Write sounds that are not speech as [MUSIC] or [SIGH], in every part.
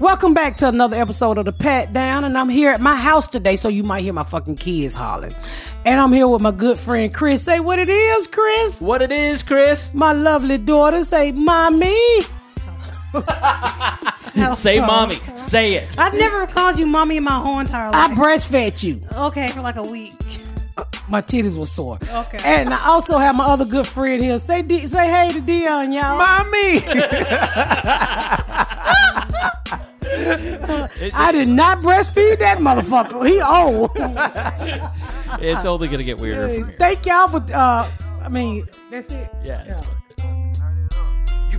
Welcome back to another episode of the Pat Down, and I'm here at my house today, so you might hear my fucking kids hollering. And I'm here with my good friend Chris. Say what it is, Chris. What it is, Chris? My lovely daughter. Say, mommy. Oh. Say mommy. Say it. I've never called you mommy in my whole entire I life. breastfed you. okay, for like a week. My titties were sore. Okay. And I also have my other good friend here. Say, D- say hey to Dion, y'all. Mommy! I did not breastfeed that motherfucker. He old. It's only gonna get weirder from here. Thank y'all for. Uh, I mean, that's it. Yeah, it's fine. You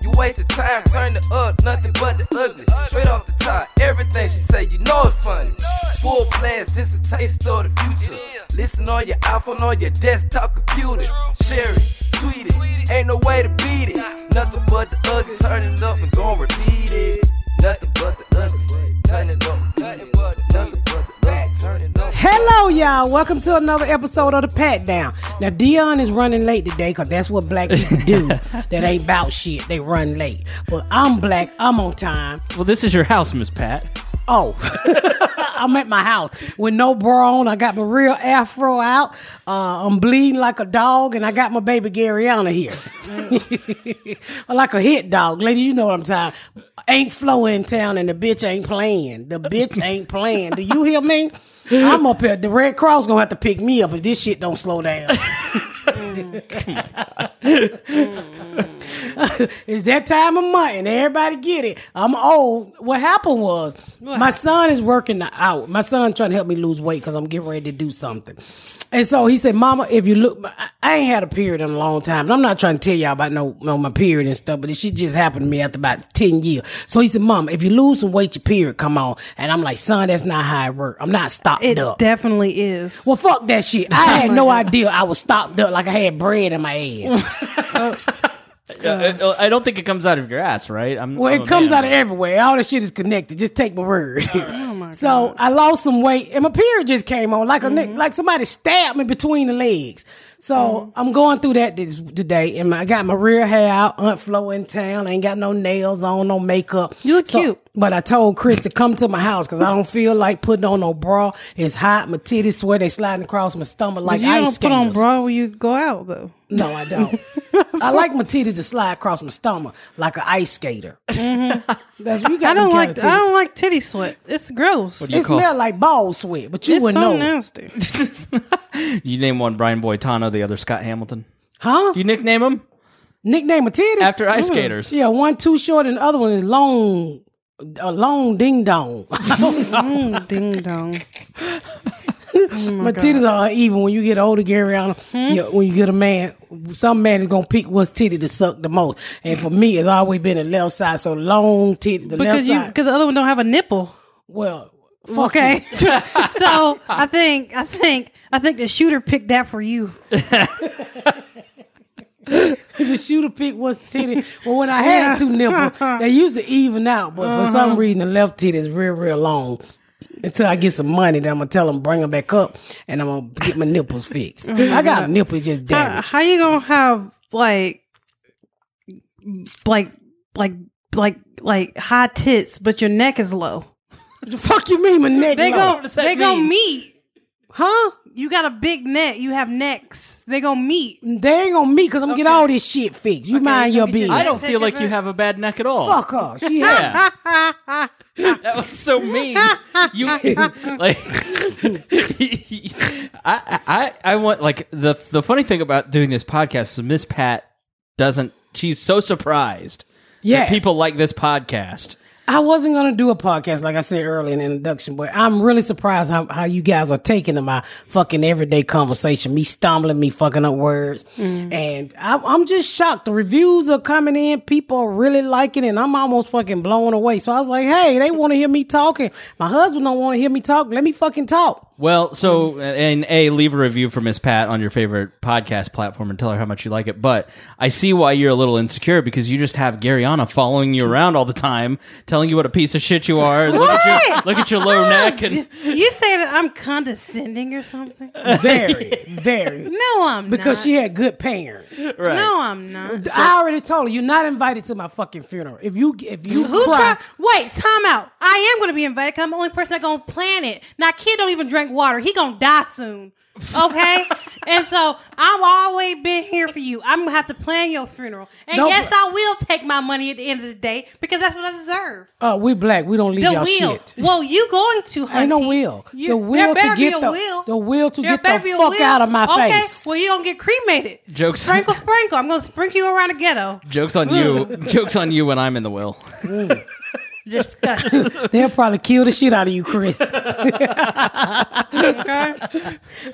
You wasted time, turn it up, nothing but the ugly. Straight off the top, everything she say, you know it's funny. Full blast, this a taste of the future. Listen on your iPhone, on your desktop computer. Share it, tweet it, ain't no way to beat it. Nothing but the ugly, turn it up and gon' repeat it. Nothing but the ugly, turn it up, nothing but the ugly, turn it up. Hello, y'all. Welcome to another episode of the Pat Down. Now, Dion is running late today because that's what black people do. that ain't about shit. They run late. But I'm black. I'm on time. Well, this is your house, Miss Pat. Oh, [LAUGHS] I'm at my house with no bra on. I got my real afro out. Uh, I'm bleeding like a dog, and I got my baby Garyana here. [LAUGHS] like a hit dog. Ladies, you know what I'm talking Ain't Flo in town, and the bitch ain't playing. The bitch ain't playing. Do you hear me? I'm up here. The Red Cross gonna have to pick me up if this shit don't slow down. it's that time of month and everybody get it. I'm old. What happened was my son is working out. My son trying to help me lose weight because I'm getting ready to do something. And so he said, Mama, if you look, I- I ain't had a period in a long time. And I'm not trying to tell y'all about no, no my period and stuff, but this shit just happened to me after about 10 years. So he said, Mama, if you lose some weight, your period come on. And I'm like, son, that's not how it works. I'm not stopped It up. definitely is. well, fuck that shit. I had no idea I was stopped up like I had bread in my ass. Uh, I don't think it comes out of your ass, right? I'm, Well, I'm it a comes man. out of everywhere. All that shit is connected. Just take my word. Oh, [LAUGHS] so I lost some weight, and my period just came on like a ni- Mm-hmm. like somebody stabbed me between the legs. So Mm-hmm. I'm going through that this, today, and my, I got my rear hair out. Aunt Flo in town. I ain't got no nails on, no makeup. You look So- cute. But I told Chris to come to my house because I don't feel like putting on no bra. It's hot. My titties sweat. They sliding across my stomach like you ice don't put on skaters. bra when you go out though. No, I [LAUGHS] don't. I like my titties to slide across my stomach like an ice skater. That's, you got I them don't like kind of I titties. don't like titty sweat. It's gross. you It call- smell like ball sweat, but you it's so wouldn't know. nasty. You name one Brian Boitano, the other Scott Hamilton. Huh? Do you nickname him Nickname a titty? Mm. after ice skaters? yeah, one too short and the other one is long, a long ding dong. Mm, [LAUGHS] [LAUGHS] ding dong. my titties are even when you get older, Gary. Allen, yeah, when you get a man, some man is gonna pick what's titty to suck the most. And for me, it's always been the left side, so long titty, the left Because you side. because the other one don't have a nipple. well, fuck Okay. [LAUGHS] [LAUGHS] so I think I think I think the shooter picked that for you. [LAUGHS] the shooter pick was titty. Well, when I had two nipples, [LAUGHS] they used to even out, but for Uh-huh. some reason the left titty is real, real long. Until I get some money, then I'm gonna tell them bring them back up, and I'm gonna get my nipples [LAUGHS] fixed. Uh-huh. I got a nipple just How, damaged. how you gonna have like like like like like high tits, but your neck is low? What the fuck you mean my neck? They low? go they go meet. huh? You got a big neck. You have necks. They gonna meet. They ain't gonna meet because I'm gonna get all this shit fixed. You mind you your gonna get your- business. I don't feel like you have a bad neck at all. fuck her. [LAUGHS] She had Yeah. that was so mean. [LAUGHS] You like [LAUGHS] I I I want like the the funny thing about doing this podcast is Miss Pat doesn't she's so surprised Yes. that people like this podcast. I wasn't gonna do a podcast like I said earlier in the introduction, but I'm really surprised how, how you guys are taking to my fucking everyday conversation. Me stumbling, me fucking up words, and I, I'm just shocked. The reviews are coming in, people are really liking it, and I'm almost fucking blown away. So I was like, hey, they want to hear me talking. My husband don't want to hear me talk. Let me fucking talk. Well, so uh, and a leave a review for Miss Pat on your favorite podcast platform and tell her how much you like it. But I see why you're a little insecure because you just have Garyana following you around all the time, telling you what a piece of shit you are. Look at your, What? look at your low neck and [LAUGHS] you say that I'm condescending or something? No, Very, [LAUGHS] very. I'm [LAUGHS] Because not. she had good parents. right. No, I'm not. I already told her you're not invited to my fucking funeral. If you if you Who cry, try? Wait, time out. I am going to be invited. 'cause I'm the only person that's going to plan it. Now, kid don't even drink water. He going to die soon. Okay, [LAUGHS] and so I'm always been here for you. I'm gonna have to plan your funeral, and Don't- yes, I will take my money at the end of the day because that's what I deserve. uh, we black, we don't leave The y'all will. shit. Well, you going to? Ain't no hunty. will. You- the there will to better be get a the, will. the will to There get better the be a fuck will. out of my okay, face. Well, you gonna get cremated. Jokes- Sprinkle, sprinkle. I'm gonna sprinkle you around the ghetto. Jokes on [LAUGHS] you. Jokes on you when I'm in the will. [LAUGHS] Disgusting. They'll probably kill the shit out of you, Chris. okay. I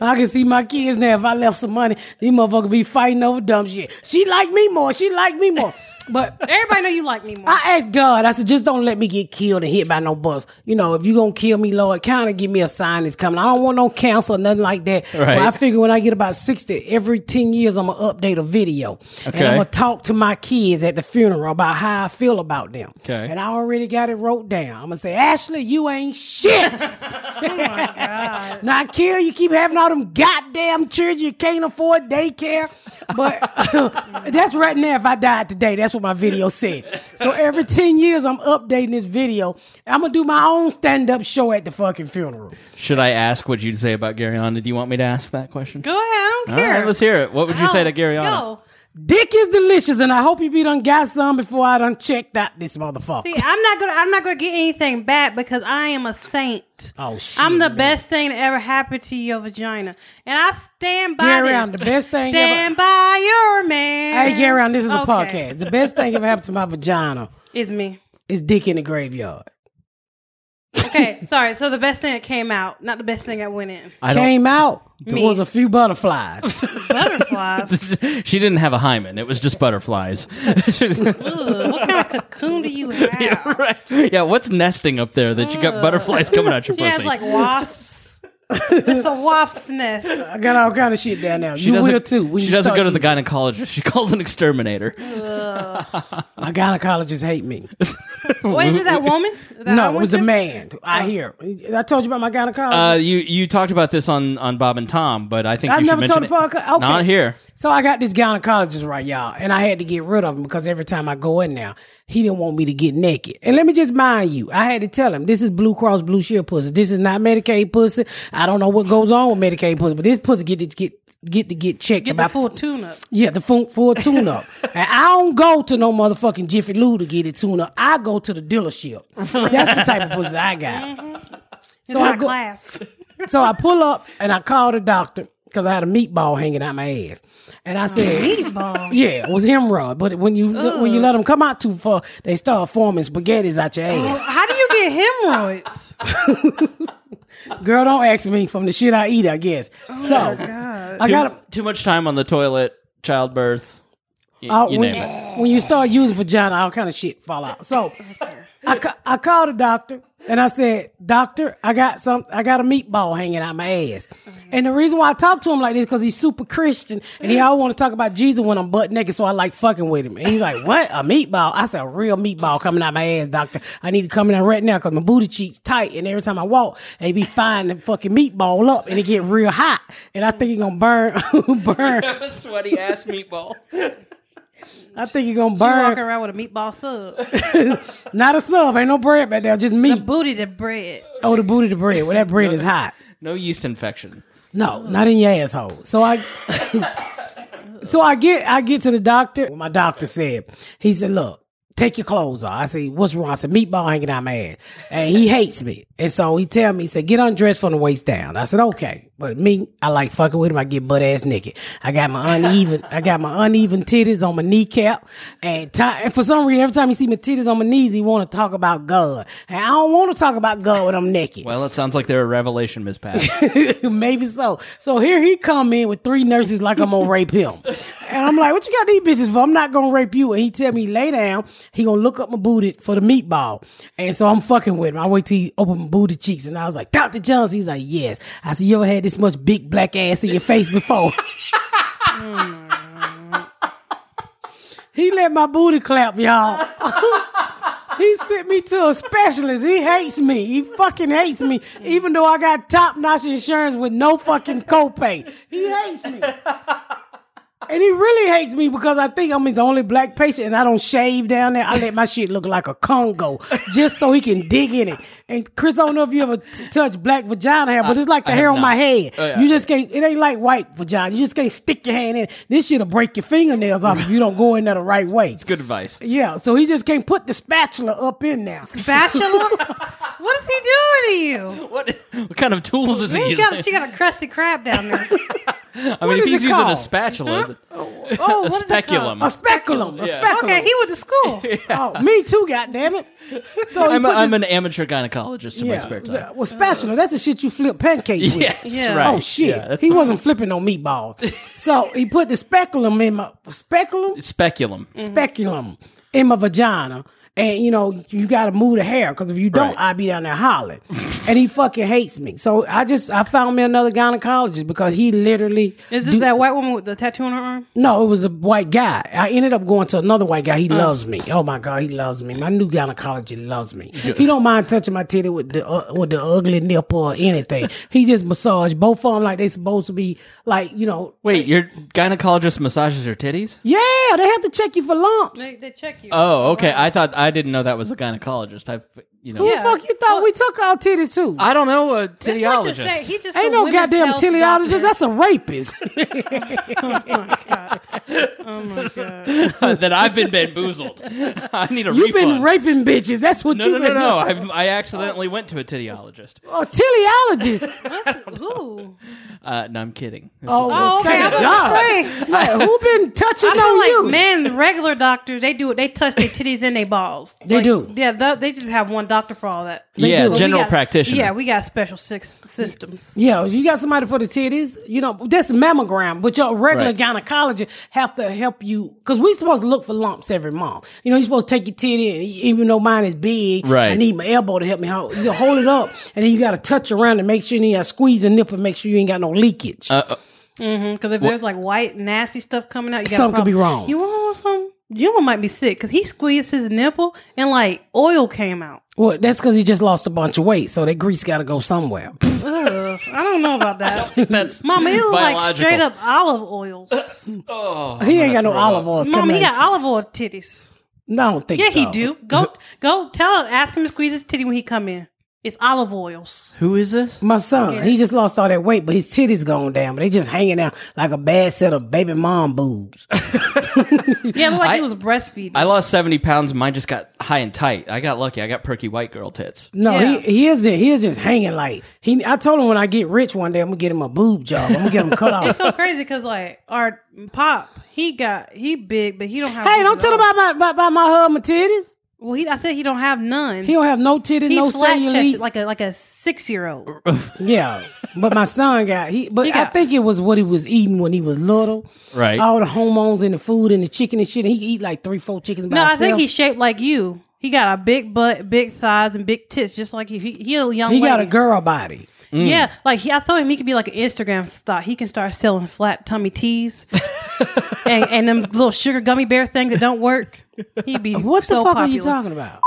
can see my kids now. If I left some money, these motherfuckers be fighting over dumb shit. She like me more. She like me more. But Everybody know you like me more. I asked God, I said, just don't let me get killed and hit by no bus. You know, if you gonna kill me, Lord, kind of give me a sign that's coming. I don't want no counsel, nothing like that. Right. But I figure when I get about 60, every 10 years, I'm gonna update a video. And Okay. I'm gonna talk to my kids at the funeral about how I feel about them. Okay. And I already got it wrote down. I'm gonna say, Ashley, you ain't shit. Now, I care you keep having all them goddamn children you can't afford daycare, but [LAUGHS] that's right now. If I died today, that's what my video said. So every ten years, I'm updating this video. I'm gonna do my own stand up show at the fucking funeral. Should I ask what you'd say about Garyana? Do you want me to ask that question? Go ahead. I All don't care. right, let's hear it. What would you say to Oh, Garyana? Yo, Dick is delicious, and I hope you be done got some before I done checked out this motherfucker. see, I'm not gonna. I'm not gonna get anything back because I am a saint. oh shit! I'm the best thing that ever happened to your vagina, and I stand by Gary, this. I'm the best thing Stand by your man. Hey, Gary, this is a Okay. podcast. The best thing ever happened to my vagina It's me. is dick in the graveyard. Okay, sorry. So the best thing that came out, not the best thing that went in. I don't. Came out. There Me. was a few butterflies. [LAUGHS] Butterflies. [LAUGHS] She didn't have a hymen. It was just butterflies. [LAUGHS] Ugh, what kind of cocoon do you have? yeah, right. [LAUGHS] Yeah, what's nesting up there that you got butterflies coming [LAUGHS] out your She has pussy? like wasps. it's a wasp's nest. I got all kind of shit down there. she you doesn't, will too. when she you doesn't start go to the using- gynecologist. She calls an exterminator. My gynecologist hate me. What is it? That woman? That I no, it went was a to? man. I hear. I told you about my gynecologist. Uh, you you talked about this on, on Bob and Tom, but I think I you should never told mention the it. podcast. Okay. Not here. So I got this gynecologist right, y'all, and I had to get rid of him because every time I go in now, he didn't want me to get naked. And let me just mind you, I had to tell him this is Blue Cross Blue Shield pussy. This is not Medicaid pussy. I don't know what goes on with Medicaid pussy, but this pussy get to get get to get checked Get the about full tune up. Yeah, the full, full tune [LAUGHS] up. and I don't go to no motherfucking Jiffy Lube to get it tuned up. I go to the dealership. That's the type of pussy I got. So I I go- class. So I pull up and I call the doctor because I had a meatball hanging out my ass. And I said, Meatball. Yeah, it was hemorrhoid. But when you when you let them come out too far, they start forming spaghettis out your ass. How do you get [LAUGHS] hemorrhoids? Girl, don't ask me from the shit I eat, I guess. So I Too, got to too much time on the toilet, childbirth. y- Oh, you when, name it. when you start using vagina, all kind of shit fall out. So I, ca- I called the doctor and I said, Doctor, I got some I got a meatball hanging out my ass. And the reason why I talk to him like this because he's super Christian and he always want to talk about Jesus when I'm butt naked, so I like fucking with him. And he's like, What? A meatball? I said, A real meatball coming out my ass, doctor. I need to come in there right now because my booty cheeks tight and every time I walk, they be firing the fucking meatball up and it get real hot. And I think he gonna burn [LAUGHS] burn. A sweaty ass meatball. I think he gonna You burn. walking around with a meatball sub, Not a sub, ain't no bread back there, just meat. booty to bread. oh, the booty, the bread. Well, that bread is hot. No yeast infection. No, not in your asshole. So I, [LAUGHS] so I get, I get to the doctor. My doctor said, he said, look, take your clothes off. I say, what's wrong? I said, meatball hanging out my ass. And he hates me. And so he tell me, he said, get undressed from the waist down. I said, okay. But me, I like fucking with him. I get butt ass naked. I got my uneven, I got my uneven titties on my kneecap. And, ti- and for some reason, every time he see my titties on my knees, he want to talk about God. And I don't want to talk about God when I'm naked. Well, it sounds like they're a revelation, Miss [LAUGHS] [LAUGHS] Pat. Maybe so. So here he come in with three nurses like I'm gonna rape him. And I'm like, what you got these bitches for? I'm not gonna rape you. And he tell me, lay down. He gonna look up my booty for the meatball. And so I'm fucking with him. I wait till he open my booty cheeks. And I was like, Dr. Johnson. He was like, yes. I said, you ever had this much big black ass in your face before? [LAUGHS] he let my booty clap, y'all. [LAUGHS] He sent me to a specialist. He hates me. He fucking hates me. Even though I got top notch insurance with no fucking copay. He hates me. And he really hates me because I think I'm the only black patient and I don't shave down there. I let my shit look like a Congo just so he can dig in it. And Chris, I don't know if you ever t- touch black vagina hair, but it's like the I hair have on my not. head. Oh, yeah. You just can't, it ain't like white vagina. You just can't stick your hand in. This shit'll break your fingernails off if you don't go in there the right way. It's good advice. Yeah, so he just can't put the spatula up in there. Bachelor? what is he doing [LAUGHS] to you? What what kind of tools is he You using? got, she got a crusty crab down there. I is mean, if it he's using a called? spatula, Oh, a what is it speculum. A speculum. A speculum. Okay, he went [LAUGHS] to school. Oh, me too, goddammit. So he I'm, a, put I'm this- an amateur gynecologist in [LAUGHS] my yeah, spare time. Well, spatula, that's the shit you flip pancakes with. Yes, Yeah. right. Oh shit. Yeah, that's he the [LAUGHS] wasn't flipping no meatballs. so he put the speculum in my speculum? speculum. Mm. Speculum in my vagina. And you know, you gotta move the hair, because if you don't, Right. I'd be down there hollering. [LAUGHS] and he fucking hates me. So I just I found me another gynecologist because he literally Is it that white woman with the tattoo on her arm? No, it was a white guy. I ended up going to another white guy. He loves me. Oh my god, he loves me. My new gynecologist loves me. He don't mind touching my titty with the uh, with the ugly nipple or anything. he just massage both of them like they supposed to be. Like you know, Wait, your gynecologist massages your titties? yeah, they have to check you for lumps. They, they check you. Oh, okay. I thought I didn't know that was a gynecologist. I, you know, Who Yeah. the fuck you thought we took our titties to? I don't know a It's like to teleologist. say, he just Ain't a no women's goddamn health teleologist. doctor. That's [LAUGHS] a [LAUGHS] rapist. Oh my god. [LAUGHS] that I've been bamboozled. [LAUGHS] I need a You've been refund. raping bitches. That's what no, you've no, no, been no. doing. I've, I accidentally went to a teleologist. Oh, [LAUGHS] teleologist. That's, ooh. Uh, no, I'm kidding. It's Oh, a- Oh, okay. thank I was God. gonna [LAUGHS] say. Like, who been touching I on feel you? like men, regular doctors, they do it. They touch their titties and their balls. They Like, do. Yeah, th- they just have one doctor for all that. they yeah, do. general We got- practitioner. Yeah, we got special six systems. Yeah, you got somebody for the titties. You know, that's the mammogram, but your regular Right. gynecologist have to help you because we supposed to look for lumps every month. You know, you're supposed to take your titty, and even though mine is big, I Right. need my elbow to help me hold. You hold it up, and then you got to touch around and make sure you got squeeze the nipple, and make sure you ain't got no leakage. Because if there's like white nasty stuff coming out, you got a Mm-hmm. Something could be problem. wrong. You want some? Juma might be sick because he squeezed his nipple and like oil came out. well, that's because he just lost a bunch of weight, so that grease got to go somewhere. [LAUGHS] Ugh, I don't know about [LAUGHS] that. that's Mama, it looked like Biological. straight up olive oils. Mm, Oh, he ain't got no olive oil. Mama, he got olive oil titties. No, I don't think Yeah, so. he do. Go, go tell him. Ask him to squeeze his titty when he come in. It's olive oils. who is this? My son, he just lost all that weight, but his titties gone down, but they just hanging out like a bad set of baby mom boobs. Yeah, it looked like he I- was breastfeeding. I lost 70 pounds and mine just got high and tight. I got lucky. I got perky white girl tits. No, Yeah. he he isn't. He is just hanging like he. I told him when I get rich one day, I'm gonna get him a boob job. I'm gonna get him cut off. it's [LAUGHS] so crazy because like our pop, he got he big, but he don't have. hey, don't boobs at tell him all. about my about, about my husband titties. Well, he I said he don't have none. He don't have no titties, he no flat chested cellulite. Uh, like a like a six year old. yeah, but my son got he. But He I got- think it was what he was eating when he was little. Right. All the hormones in the food and the chicken and shit. And he could eat like three, four chickens. By No, I himself. think he's shaped like you. He got a big butt, big thighs, and big tits, just like you. He, he a young. he got a lady. girl body. Yeah, like he, I told him he could be like an Instagram star. He can start selling flat [LAUGHS] tummy teas and and them little sugar gummy bear things that don't work. He'd be [LAUGHS] What the so fuck popular. are you talking about?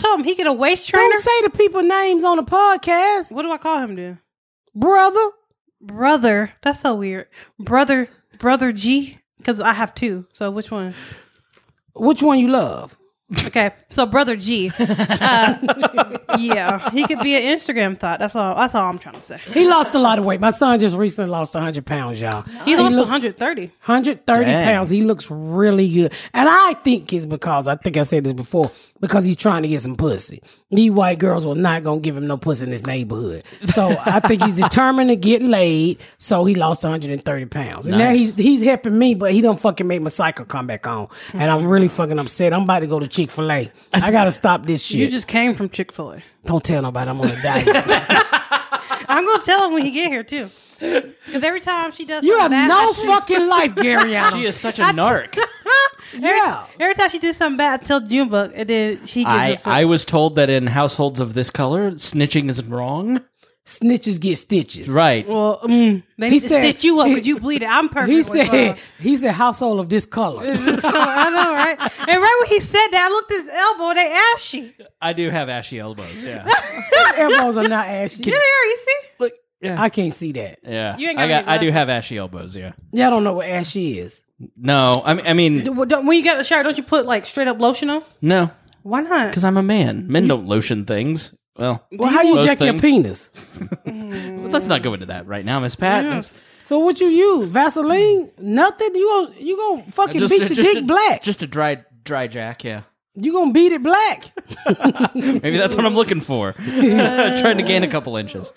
Told him he get a waist trainer. Don't say the people names on the podcast, what do I call him, then? brother. Brother, that's so weird. Brother, brother G, because I have two. So which one? Which one you love? Okay, so brother [LAUGHS] G, uh, yeah, he could be an Instagram thought. That's all. That's all I'm trying to say. He lost a lot of weight. My son just recently lost 100 pounds, y'all. He lost looks- 130. 130 Dang. pounds. He looks really good. And I think it's because, I think I said this before, because he's trying to get some pussy. These white girls were not going to give him no pussy in this neighborhood. So I think he's determined to get laid. So he lost 130 pounds. And now he's he's helping me, but he don't fucking make my cycle come back on. And I'm really fucking upset. I'm about to go to Chick fil A. I got to stop this shit. [LAUGHS] You just came from Chick Fil A. don't tell nobody I'm on a diet. I'm gonna tell him when he get here too. Because every time she does, you have something bad, no I just- fucking life, Gary Allen. She is such a narc. yeah. Every time she does something bad, I tell Junebug, and then she gets I, upset. I was told that in households of this color, snitching is wrong. Snitches get stitches. Right. well, mm, they need to said- stitch you up because you bleed it. I'm perfect. He with, uh, said, he said, household of this color. [LAUGHS] I know, right? And right when he said that, I looked at his elbow. They ashy. I do have ashy elbows. Yeah. elbows are not ashy. Yeah, there you see. Look. Yeah. I can't see that. yeah. You ain't got I, got, any I do glasses. have ashy elbows. Yeah. Y'all don't know what ashy is. No. I, mean- I mean, Well, don't- When you get the shower, don't you put like straight up lotion on? no. Why not? Because I'm a man. Men don't lotion things. Well, Well, how you Most jack your things. penis? let's not go into that right now, Miss Pat. That's- So what you use? Vaseline? Nothing. You gon' you gonna fucking beat your dick a, black. Just a dry, dry jack. Yeah. you gonna beat it [LAUGHS] black. Maybe that's what I'm looking [LAUGHS] for. [LAUGHS] Trying to gain a couple inches.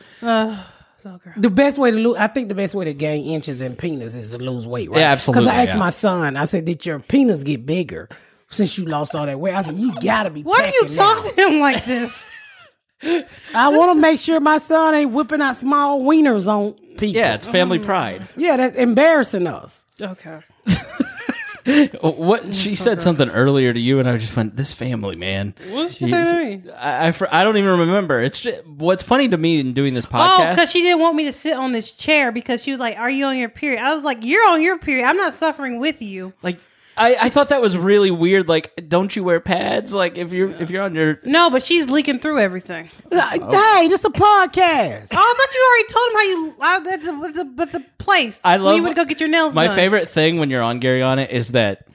the best way to lose, I think, the best way to gain inches in penis is to lose weight. Right? Yeah, absolutely, Because I asked yeah. my son, I said, "Did your penis get bigger since you lost all that weight?" I said, "You gotta be." Why do you packing talk now." to him like this? I want to make sure my son ain't whipping out small wieners on people. Yeah, it's family Oh. pride. yeah, that's embarrassing us. [LAUGHS] okay. Oh, What she said something earlier to you, and I just went, "This family, man." What did she say to me? I, I, fr- I don't even remember. It's just, what's funny to me in doing this Oh, podcast. because she didn't want me to sit on this chair because she was like, "Are you on your period?" I was like, "You're on your period. I'm not suffering with you." like I, I thought that was really weird. Like, don't you wear pads? Like if you're if you're on your No, but she's leaking through everything. Like, Hey, this a podcast. Oh, I thought you already told him how you. I, that's the, but the place. I When love- you would go get your nails. my done. favorite thing when you're on Gary on it is that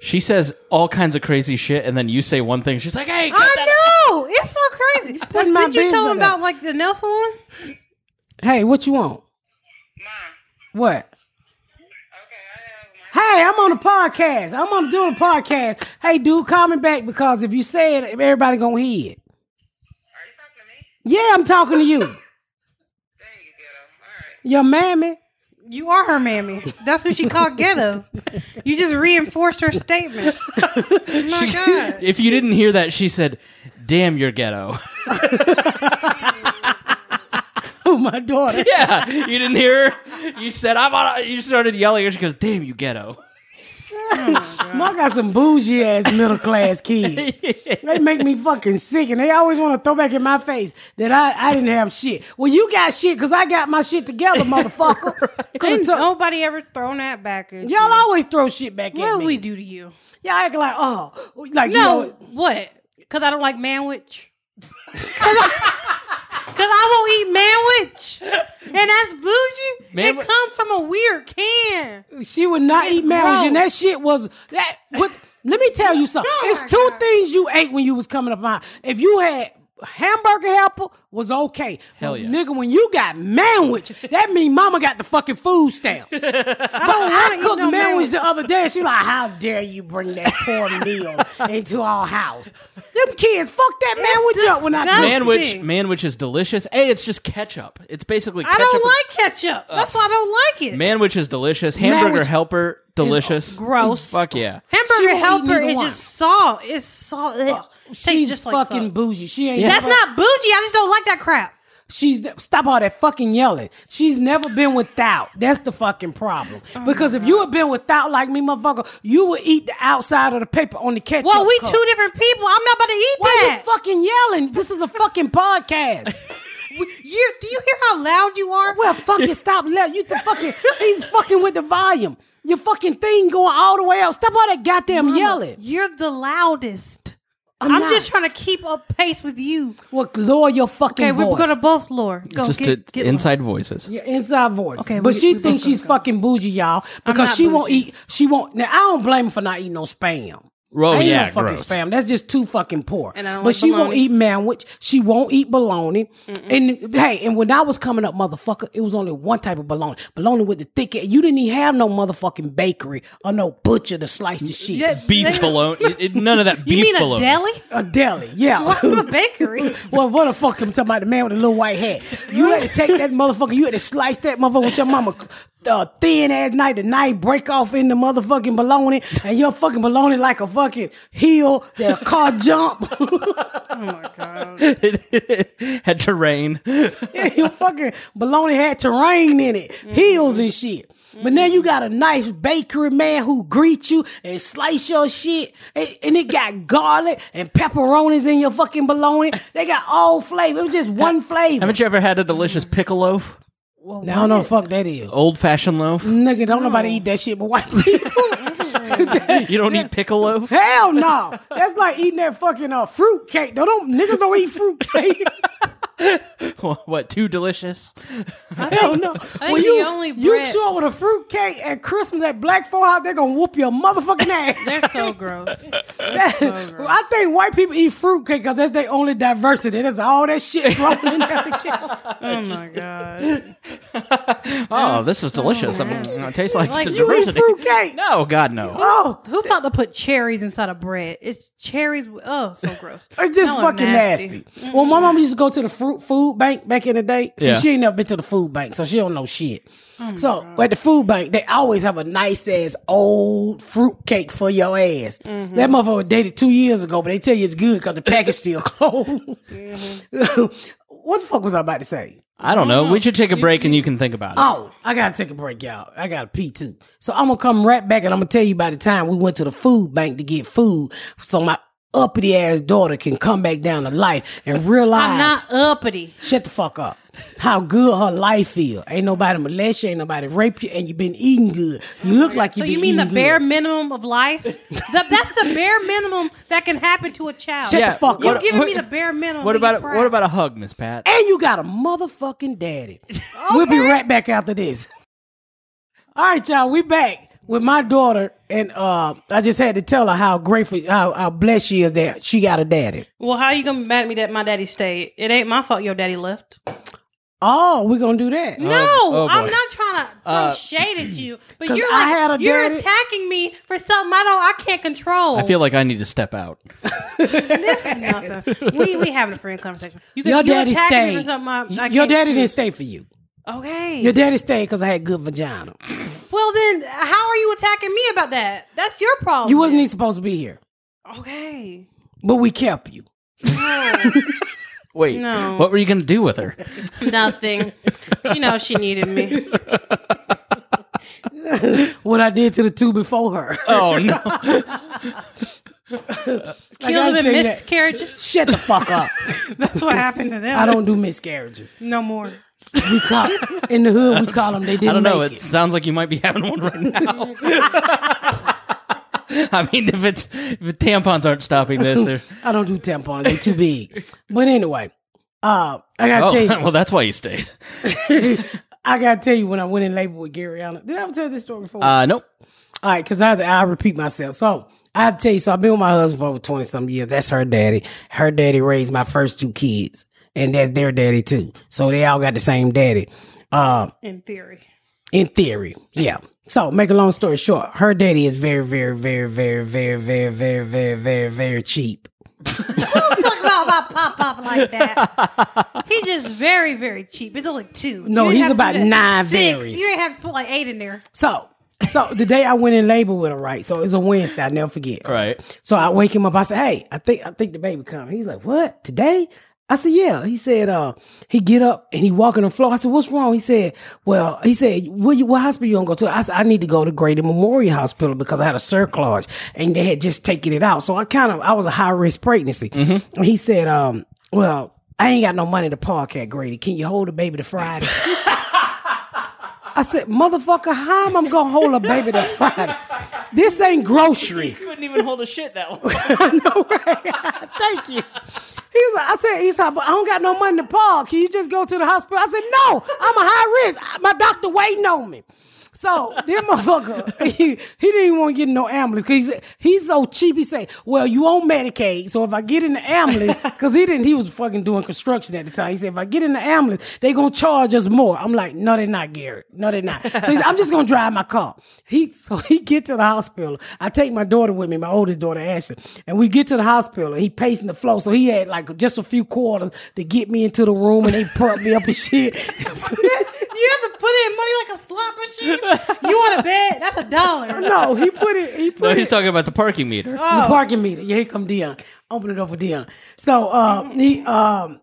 she says all kinds of crazy shit, and then you say one thing. She's like, "Hey, cut that out." I know it's so [LAUGHS] crazy. Like, my did you tell business him up. about like the nail salon? Hey, what you want? What? Okay, I have my Hey, I'm on a podcast. I'm on doing a podcast. Hey, dude, call me back because if you say it, everybody gonna hear it. Are you talking to me? Yeah, I'm talking to you. Dang you ghetto. Alright. Your mammy. [LAUGHS] You are her mammy. That's who she called ghetto. [LAUGHS] You just reinforced her [LAUGHS] statement. Oh my God. [LAUGHS] If you didn't hear that, she said, "Damn, you're ghetto." [LAUGHS] Oh, my daughter. yeah, [LAUGHS] you didn't hear. her? You said, "I'm on." a-" You started yelling, and she goes, "Damn, you ghetto." Mom got some bougie ass middle class kids. They make me fucking sick, and they always want to throw back in my face that I, I didn't have shit. Well, you got shit because I got my shit together, motherfucker. Could've Ain't took- nobody ever thrown that back at you. Y'all always throw shit back at me. What did we do to you? Y'all act like oh, like you No, know, what? Because I don't like manwich. [LAUGHS] Because I won't eat manwich. And that's bougie. Manwi- it comes from a weird can. She would not It's eat marriage, and gross. that shit was that. But let me tell you something. Oh my it's two God. things you ate when you was coming up. behind. If you had hamburger helper, was okay. Hell But yeah. nigga. When you got manwich, that mean mama got the fucking food [LAUGHS] stamps. but I, wanna eat cooked no manwich manwich. the other day. She like, how dare you bring that poor meal into our house? Them kids, fuck that It's manwich up when I disgusting. cook. Manwich, Disgusting. manwich is delicious. Hey, it's just ketchup. It's basically I ketchup. don't like ketchup. That's why I don't like it. manwich is delicious. Hamburger Manwich helper delicious. gross. Fuck yeah. She Hamburger won't eat helper neither is one. just salt. It's salt. It tastes She's just like fucking salt. bougie. She ain't. Yeah. That's never- not bougie. I just don't like that crap. She's stop all that fucking yelling. She's never been without. That's the fucking problem. Oh because if you had been without like me, motherfucker, you would eat the outside of the paper on the ketchup. Well, we cup. two different people. I'm not about to eat Why that. you fucking yelling? This is a fucking [LAUGHS] podcast. You- do you hear how loud you are? well, fucking stop yelling. You the fucking he's fucking with the volume. Your fucking thing going all the way up. Stop all that goddamn yelling. You're the loudest. I'm I'm, not. just trying to keep up pace with you. Well, lower your fucking Okay, voice. we're gonna both lower. Go Just get, to- get lower. inside voices. Your inside voice. Okay, but we- she we thinks both she's gonna go. fucking bougie, y'all, because not she won't bougie. eat. She won't. Now I don't blame her for not eating no spam. Oh, ain't yeah, no fucking gross. spam. That's just too fucking poor. And I don't but like she won't bologna. eat manwich. She won't eat bologna. And hey, and when I was coming up, motherfucker, it was only one type of bologna. Bologna with the thick. You didn't even have no motherfucking bakery or no butcher to slice the shit. Mm, Yeah, [LAUGHS] Beef [LAUGHS] yeah. bologna. it- it- none of that [LAUGHS] You beef mean bologna. a deli? A deli, yeah. [LAUGHS] What a bakery? Well, what the fuck I'm talking about the man with the little white hat. You had to take that motherfucker, you had to slice that motherfucker with your mama uh, thin ass knife, the knife break off in the motherfucking bologna, and your fucking bologna like a fucking heel that a car jump. [LAUGHS] Oh my god. Had to rain. your fucking bologna had terrain in it, heels and shit. But now you got a nice bakery man who greet you and slice your shit, and, and it got garlic and pepperonis in your fucking bologna. They got all flavor. It was just one flavor. Haven't you ever had a delicious pickle loaf? Now I don't know what the fuck that is. Old fashioned [LAUGHS] loaf? Nigga, don't nobody eat that shit but white people. You don't eat pickle [LAUGHS] loaf? [LAUGHS] Hell no. That's like eating that fucking uh, fruit cake. Don't, don't niggas don't eat fruit [LAUGHS] cake. what, too delicious? Hell no. think When you, the only you bread- show up with a fruit cake at Christmas at Black Four House, they're gonna whoop your motherfucking ass. [LAUGHS] They're so gross. [LAUGHS] Well, I think white people eat fruit cake because that's their only diversity. That's all that shit thrown in there [LAUGHS] together. Oh my god. [LAUGHS] Oh, this is delicious. I mean, it tastes like, Like, the You eat diversity. fruit cake. No, God, no. Oh, Who thought to put cherries inside of bread? It's cherries. with- Oh, so gross. It's just Y'all are fucking nasty. Well, my mom used to go to the fruit food bank back in the day. See, Yeah. she ain't never been to the food bank, so she don't know shit. Oh so at the food bank, they always have a nice ass old fruit cake for your ass. Mm-hmm. That motherfucker was dated two years ago, but they tell you it's good because the package still [LAUGHS] closed. Mm-hmm. [LAUGHS] what the fuck was I about to say? I don't know. We should take a break and Oh, you can think about it. Oh, I gotta take a break, y'all. I gotta pee too. So I'm gonna come right back and I'm gonna tell you by the time we went to the food bank to get food, so my uppity ass daughter can come back down to life [LAUGHS] and realize I'm not uppity. shut the fuck up. How good her life is. Ain't nobody molest you, ain't nobody rape you, and you been eating good. You look like you So been you mean the eating bare good. minimum of life? The- that's the bare minimum that can happen to a child. Shut the fuck You're up. giving me the bare minimum. What and about you're what proud. about a hug, Miss Pat? and you got a motherfucking [LAUGHS] daddy. We'll be right back after this. All right, y'all, we back with my daughter, and uh, I just had to tell her how grateful, how, how blessed she is that she got a daddy. Well, how you gonna be mad at me that my daddy stayed? It ain't my fault your daddy left. Oh, we're gonna do that. No, oh, I'm boy. not trying to throw Uh, shade [LAUGHS] at you, but 'cause you're I like, had a you're daddy- attacking me for something I don't I can't control. I feel like I need to step out. this [LAUGHS] is nothing. We we having a friend conversation. You Your you daddy attacking me for stayed. something I- I Your can't daddy didn't choose. stay for you. Okay. Your daddy stayed because I had good vagina. well then, how are you attacking me about that? That's your problem. You wasn't even supposed to be here, okay. but we kept you. Wait, No. [LAUGHS] what were you going to do with her? Nothing. she knows she needed [LAUGHS] me. What I did to the two before [LAUGHS] her. Oh no! I Killed gotta them in tell you that. miscarriages. Shut the fuck up. That's what happened to them. I don't do miscarriages. no more. We call in the hood. We call them. They didn't [LAUGHS] I don't know. make It sounds like you might be having one right now. [LAUGHS] I mean, if it's if the tampons aren't stopping this, [LAUGHS] they're- it. I don't do tampons. They're too [LAUGHS] big. But anyway, uh, I gotta oh tell you. [LAUGHS] well, that's why you stayed. I gotta tell you when I went in labor with Garyana. Did I ever tell you this story before? Uh, nope. All right, because I, I repeat myself. So I tell you, so I've been with my husband for over 20 some years. That's her daddy. Her daddy raised my first two kids, and that's their daddy too. So they all got the same daddy. Uh, In theory. in theory, yeah. So, make a long story short, her daddy is very, very, very, very, very, very, very, very, very, very cheap. Don't talk about my pop pop like that. He just very very cheap. It's only two. No, You didn't he's have to about do that. nine Six. berries. You didn't have to put like eight in there. [LAUGHS] So, so the day I went in labor with her, right? So it's a Wednesday. I never forget. All right. So I wake him up. I said, "Hey, I think I think the baby coming." He's like, "What today?" I said, "Yeah." He said, "Uh, he get up and he walk on the floor." I said, "What's wrong?" He said, "Well, he said, what, you, what hospital you gonna go to?" I said, "I need to go to Grady Memorial Hospital because I had a surclarge and they had just taken it out, so I kind of I was a high risk pregnancy." And he said, "Um, well." I ain't got no money to park at Grady. Can you hold the baby to Friday? I said, motherfucker, how am I gonna hold a baby to Friday? This ain't grocery. Couldn't even hold a shit that long. Thank you. He was like, I said, he's like, but I don't got no money to park. Can you just go to the hospital? I said, no, I'm a high risk. My doctor waiting on me. So this [LAUGHS] motherfucker, he, he didn't even want to get in no ambulance because he's, he's so cheap. He say, "Well, you on Medicaid, so if I get in the ambulance, because he didn't, he was fucking doing construction at the time. He said, if I get in the ambulance, they gonna charge us more. I'm like, no, they're not, Gary. No, they're not. So he's, I'm just gonna drive my car. He so he get to the hospital. I take my daughter with me, my oldest daughter Ashley, and we get to the hospital. He pacing the floor, so he had like just a few quarters to get me into the room, and they perked me up and shit. [LAUGHS] You have to put in money like a slot machine. You on a bed? That's a [LAUGHS] dollar. no, he put it. He put No, it. he's talking about the parking [LAUGHS] meter. The parking meter. Yeah, here come Dion. Open it up for Dion. So uh, he um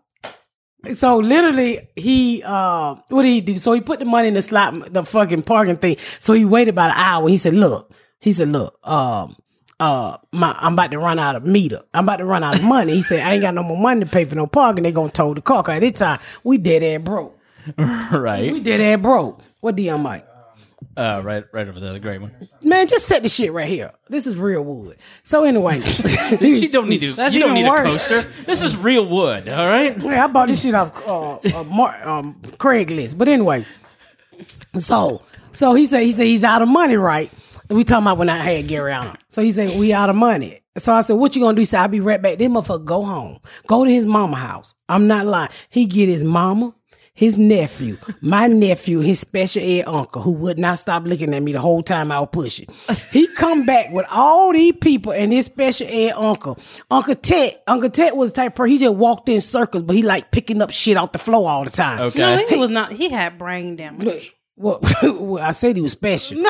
so literally he uh what did he do? So he put the money in the slot the fucking parking thing. So he waited about an hour. He said, Look, he said, Look, um uh my I'm about to run out of meter. I'm about to run out of money. He said, I ain't got no more money to pay for no parking. They gonna tow the car. 'Cause at this time we dead ass broke. We right. dead ass broke. What Dion Mike? Uh, right right over there, the gray one. Man, just set the shit right here. This is real wood. So anyway, She don't need to That's you don't even need worse. a coaster. This is real wood, all right? Yeah, I bought this shit off uh, uh, Mar- um, Craigslist. But anyway, so so he said he said he's out of money, right? And we talking about when I had Gary on. So he said we out of money. So I said, what you gonna do? He said I'll be right back. This motherfucker go home, go to his mama house. I'm not lying. He get his mama. His nephew, my nephew, his special ed uncle, who would not stop looking at me the whole time I was pushing. He come back with all these people and his special ed uncle. Uncle Tet, Uncle Tet was the type of person, he just walked in circles, but he like picking up shit off the floor all the time. Okay. No, he was not. He had brain damage. Well, [LAUGHS] well, I said he was special.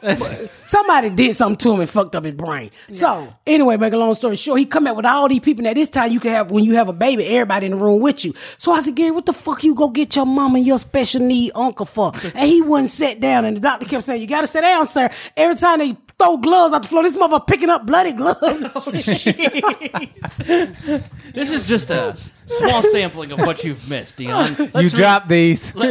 But [LAUGHS] Somebody did something to him and fucked up his brain. So anyway, make a long story short, he come out with all these people. Now this time you can have when you have a baby, everybody in the room with you. So I said, Gary, what the fuck you go get your mom and your special need uncle for? And he wouldn't sit down. And the doctor kept saying, You gotta sit down, sir. Every time they throw gloves out the floor, this motherfucker picking up bloody gloves. This is just a small sampling of what you've missed, Dion. [LAUGHS] You Let's re- dropped these. yeah.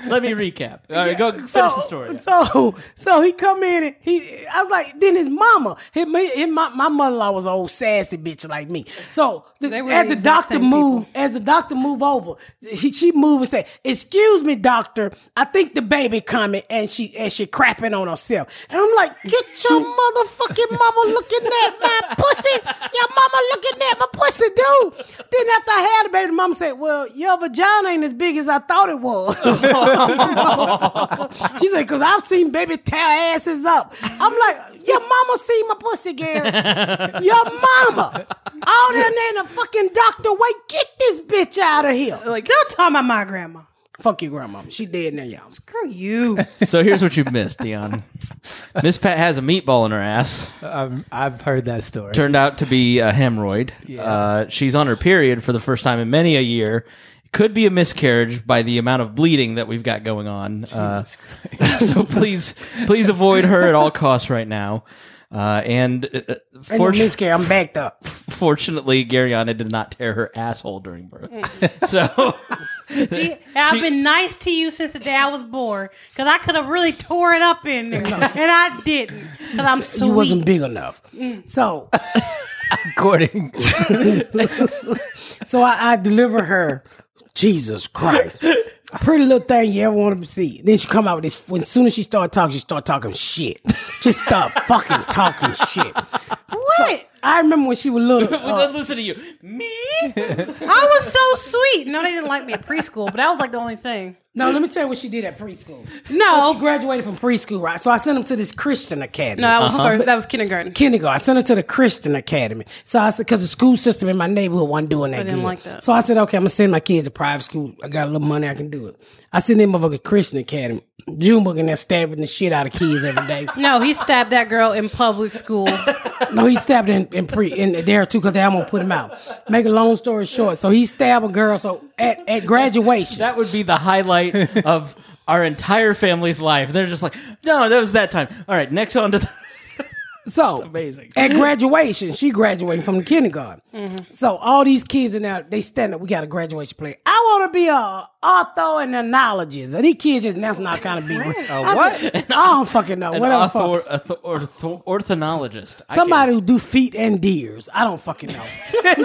[LAUGHS] Let me recap. All right, go finish the story. So, so he come in and he, I was like, then his mama, his, his, my, my mother-in-law was an old sassy bitch like me. So the, They were as the the exact doctor same moved, as the doctor move over, he, she moved and said, excuse me, doctor, I think the baby coming and she, and she crapping on herself. And I'm like, get [LAUGHS] your motherfucking mama looking at my pussy. Your mama looking at my pussy, dude. Then after I had the baby, the mama said, well, your vagina ain't as big as I thought it was. [LAUGHS] She said, "Cause I've seen baby tear asses up." I'm like, "Your mama seen my pussy, Gary. Your mama out there in the fucking doctor. Wait, get this bitch out of here. Like, don't talk about my grandma. Fuck your grandma. She dead now, y'all. Screw you. So here's what you've missed, Dion. Miss Pat has a meatball in her ass. Um, I've heard that story. Turned out to be a hemorrhoid. Uh, she's on her period for the first time in many a year. Could be a miscarriage by the amount of bleeding that we've got going on. Uh, [LAUGHS] so please, please avoid her at all costs right now. Uh, and uh, uh, Ain't no fortu- miscarriage. I'm backed up. fortunately, Garyana did not tear her asshole during birth. so [LAUGHS] See, I've been nice to you since the day I was born because I could have really tore it up in there, and I didn't because I'm sweet. You wasn't big enough. So, According, [LAUGHS] so I, I deliver her. Jesus Christ. Pretty little thing you ever want to see. Then she come out with this. When soon as she start talking, she start talking shit. Just start fucking talking shit. What? I remember when she was little. uh, listen to you, me. I was so sweet. No, they didn't like me in preschool, but that was like the only thing. No, let me tell you what she did at preschool. No, [LAUGHS] She graduated from preschool, right? So I sent him to this Christian academy. no, that was Uh-huh. first. That was kindergarten. Kindergarten. I sent her to the Christian Academy. So I said, because the school system in my neighborhood wasn't doing that I didn't good. like that. So I said, okay, I'm gonna send my kids to private school. I got a little money, I can do it. I sent them over to Christian Academy. Junebug in there stabbing the shit out of kids every day. No, he stabbed that girl in [LAUGHS] public school. no, he stabbed in, in pre in there too, because I'm gonna put him out. Make a long story short, so he stabbed a girl. So at, at graduation, That would be the highlight of our entire family's life. They're just like, no, that was that time. All right, next on to the. So amazing. At graduation, she graduated from the kindergarten. So all these kids in there, they stand up. We got a graduation play. I want to be a ortho and enologist. And these kids just that's not kind of be. I what? said, I don't fucking know. An Whatever. the fuck. ortho, ortho, ortho, orthonologist. I Somebody who do feet and deers. I don't fucking know.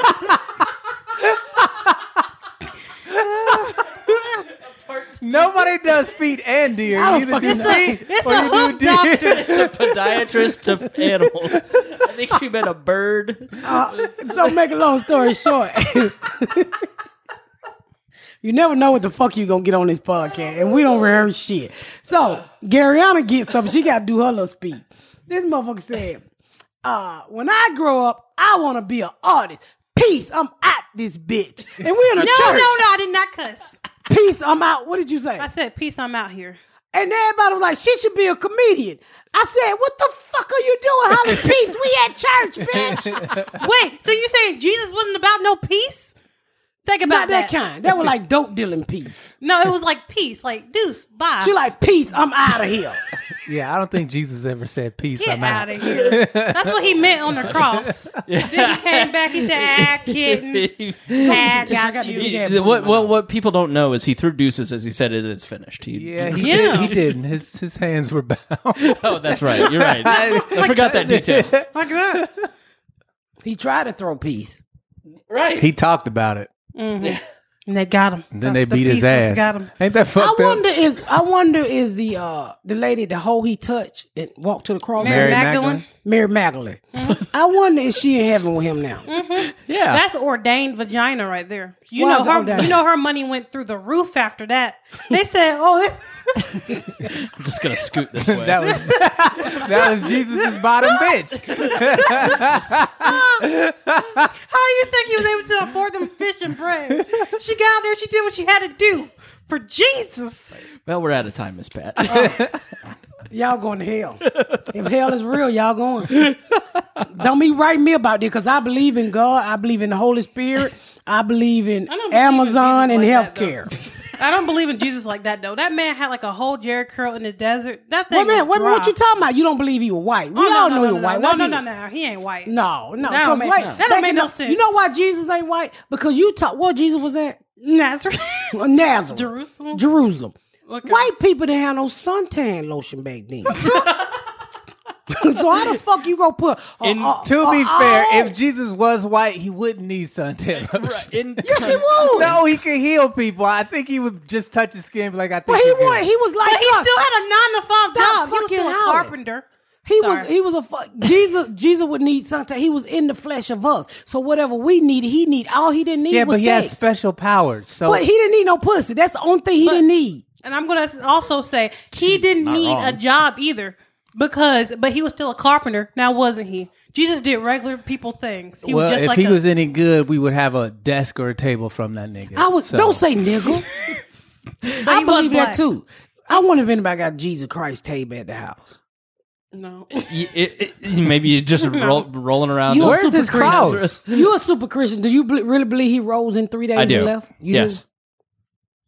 [LAUGHS] Nobody does feet and deer. You don't either do fucking know. feet [LAUGHS] It's or a you do hoof deer. [LAUGHS] doctor. Podiatrist to animals. [LAUGHS] I think she meant a bird. So make a long story short. [LAUGHS] You never know what the fuck you gonna get on this podcast, and we don't rehearse shit. So Garyana gets up, she gotta do her little speech. This motherfucker said, uh, "When I grow up, I want to be an artist. Peace, I'm out this bitch." And we in a No, no, church. no, I did not cuss. Peace, I'm out. What did you say? I said, peace, I'm out here. And everybody was like, she should be a comedian. I said, what the fuck are you doing, [LAUGHS] Holly Peace? We at church, [LAUGHS] bitch. Wait, so you saying Jesus wasn't about no peace? Think Not about that kind. That was like dope dealing peace. No, it was like peace, like deuce, bye. She like, peace, I'm out of here. Yeah, I don't think Jesus ever said peace. Get I'm out out. of here. That's what he meant on the [LAUGHS] cross. Then he came back, he said, ah, kitten. Ah, I got got to you. be He- that the- boy. [LAUGHS] what, what what people don't know is he threw deuces as he said it. It's finished. He, Yeah, he, Yeah. Did, he didn't. His his hands were bound. I [LAUGHS] Oh, that's right. You're [LAUGHS] [LAUGHS] right. I forgot that detail. Like that. He tried to throw peace. Right. He talked about it. And they got him. And then they The beat his pieces ass. Got him. Ain't that I fucked up? wonder is I wonder is the uh the lady the hoe he touched and walked to the cross Mary Mary Magdalene. Magdalene? Mary Magdalene. I wonder is she in heaven with him now? yeah. That's ordained vagina right there. You Well, know it's her. ordained. You know her money went through the roof after that. They [LAUGHS] said, "Oh, [LAUGHS] it's, I'm just gonna scoot this way. That was [LAUGHS] that was Jesus' bottom bitch. how you think he was able to afford them fish and bread?" She got out there. She did what she had to do for Jesus. well, we're out of time, Miss Pat. Y'all going to hell. if hell is real, y'all [LAUGHS] going. Don't be writing me about this because I believe in God. I believe in the Holy Spirit. I believe in don't believe in Amazon Jesus and like that, healthcare. I don't believe in Jesus like that though. That man had like a whole Jerry curl in the desert. That thing. Wait a minute, was wait a minute, what dry. you talking about? You don't believe he was white. We Oh, no, all no, know he no, no, was no, white. No, Why no, do no, you- no, He ain't white. No, no, That don't 'cause make- wait, that don't make no You know sense. why Jesus ain't white? Because you talk. Well, Jesus was at Nazareth, [LAUGHS] Nazareth, Jerusalem. Jerusalem. Look at- White people didn't have no suntan lotion back then. [LAUGHS] so how the fuck you gonna put? a- In- a- To a- be fair, oh, if Jesus was white, he wouldn't need suntan lotion. In- yes, he would. [LAUGHS] No, he could heal people. I think he would just touch his skin, be like, I think. But he you're good. was he was like But he us. still had a nine to five Stop job. He was fucking still a hollering. carpenter. He was Sorry. he was a fuck Jesus Jesus would need something. He was in the flesh of us. So whatever we needed, he need all he didn't need Yeah, was but he sex. has special powers. So but he didn't need no pussy. That's the only thing he didn't need. And I'm gonna also say he didn't not need wrong. a job either because, but he was still a carpenter. Now wasn't he? Jesus did regular people things. He well, was just if like he us. was any good, we would have a desk or a table from that nigga. I was So- don't say [LAUGHS] nigga. But I he was believe that black. too. I wonder if anybody got Jesus Christ table at the house. No, Y- it- it- maybe you're [LAUGHS] just roll, rolling around. You a Where's super his Christian. cross? You a super Christian. Do you bel- really believe he rose in three days I do. and left? You yes. do?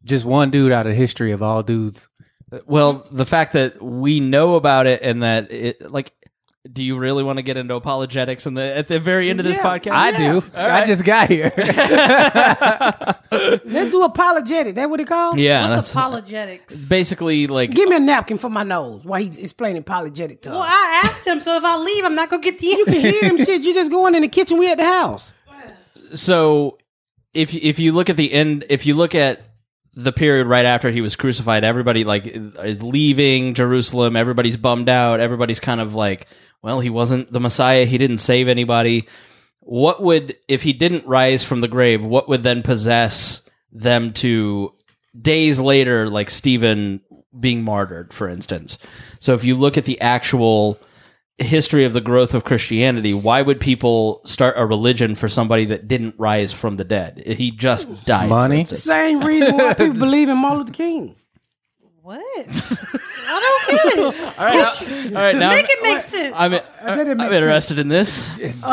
Just one dude out of history of all dudes. Well, the fact that we know about it and that it like. Do you really want to get into apologetics and the, at the very end of this Yeah, podcast? I do. I right. just got [LAUGHS] here. Let's do apologetic. That what it called? Yeah, that's that's apologetics. basically like Give me a napkin for my nose while he's explaining apologetic to well, us. I asked him, so if I leave, I'm not gonna get the You can answer. hear him shit. You just going in the kitchen. We at the house. so if if you look at the end if you look at the period right after he was crucified everybody like is leaving jerusalem everybody's bummed out everybody's kind of like well he wasn't the messiah he didn't save anybody what would if he didn't rise from the grave what would then possess them to days later like stephen being martyred for instance so if you look at the actual history of the growth of Christianity, why would people start a religion for somebody that didn't rise from the dead? He just died. for Money? instance. Same reason why [LAUGHS] people believe in Martin Luther King. What? I don't get it. All right, now, all right, now Make it I'm, make sense. I'm, That didn't make [LAUGHS] I'm interested in this.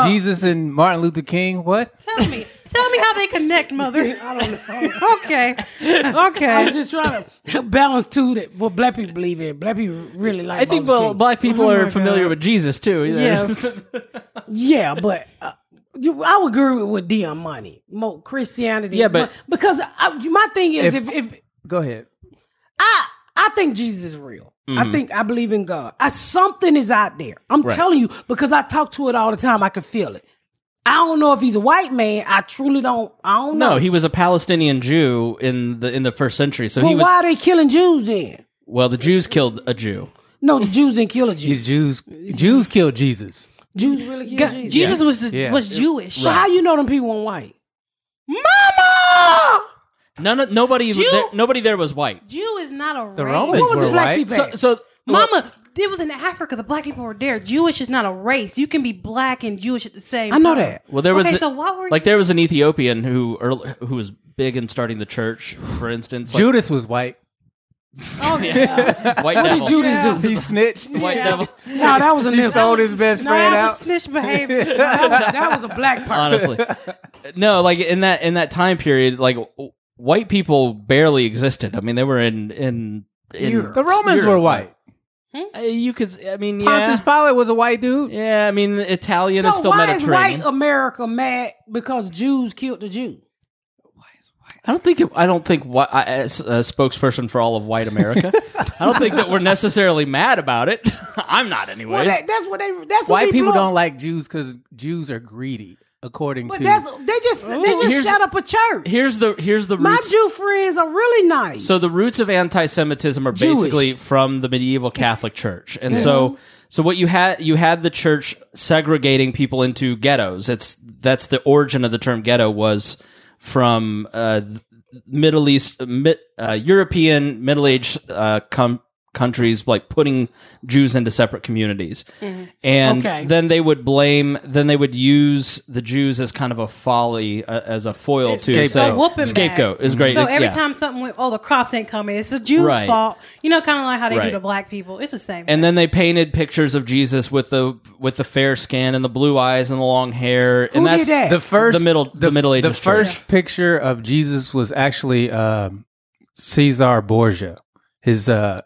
Jesus and Martin Luther King. What? Tell me, tell me how they connect, mother. I don't know. [LAUGHS] Okay, I okay. was just trying to [LAUGHS] balance too that what black people believe in. Black people really like. I Martin think Luther well, King. black people Oh my are familiar God. with Jesus too. [LAUGHS] Yes. Yeah, but uh, you- I would agree with, with Dion Money, Mo, Christianity. Yeah, but- because I, you- my thing is, if, If- if Go ahead. I I think Jesus is real. I Mm-hmm. think I believe in God. I, something is out there. I'm telling you because I talk to it all the time. I can feel it. I don't know if he's a white man. I truly don't. I don't know. No, he was a Palestinian Jew in the in the first century. So he But was why are they killing Jews then? well. The Jews killed a Jew. [LAUGHS] No, the Jews didn't kill a Jew. Jews Jews killed Jesus. Jews really killed God, Jesus. Jesus was Yeah. was Jewish. So how you know them people weren't white? Mama, None, of- nobody, Jew? there, nobody there was white. Jew is not a The race. Romans What was were the black white. people? So, so Mama, it was in Africa. The black people were there. Jewish is not a race. You can be black and Jewish at the same. I know time. that. Well, there was Okay, a- so what were like you- there was an Ethiopian who earl- who was big in starting the church, for instance. Like, Judas was white. Oh yeah, white What devil. did Judas do? He snitched. White Yeah. devil. No, that was a He nigga. sold his best no, friend that was out. snitch behavior. That was, that [LAUGHS] was a black person. Honestly, no. Like in that in that time period, like w- white people barely existed. I mean, they were in in. in The Romans were Europe. white. Uh, You could, s- I mean, yeah, Pontius Pilate was a white dude. yeah. I mean, Italian So is still why is Mediterranean. white America mad because Jews killed the Jew? I don't think it, I don't think whi- I, as a spokesperson for all of white America. I don't think that we're necessarily mad about it. [LAUGHS] I'm not, Well, anyways. that, that's what they. That's what White we people blow. don't like Jews because Jews are greedy, according But to that's they just they Here's- just shut up a church. here's the here's the My roots. Jew friends are really nice. so the roots of anti-Semitism are Jewish. basically from the medieval Catholic Church, and so so what you had you had the church segregating people into ghettos. It's that's the origin of the term ghetto was from uh, Middle East, mi- uh, European Middle Age uh, com- countries like putting Jews into separate communities, and Okay. then they would blame, then they would use the Jews as kind of a folly, uh, as a foil to Scapegoat. say A whooping bag. scapegoat is great. So every yeah. time something went, oh, the crops ain't coming. It's the Jews' Right. fault. You know, kind of like how they do Right. to black people. It's the same. and then they painted pictures of Jesus with the with the fair skin and the blue eyes and the long hair. Who and that's did that? the first the middle the, middle ages. The first picture of Jesus was actually um, Caesar Borgia, his uh,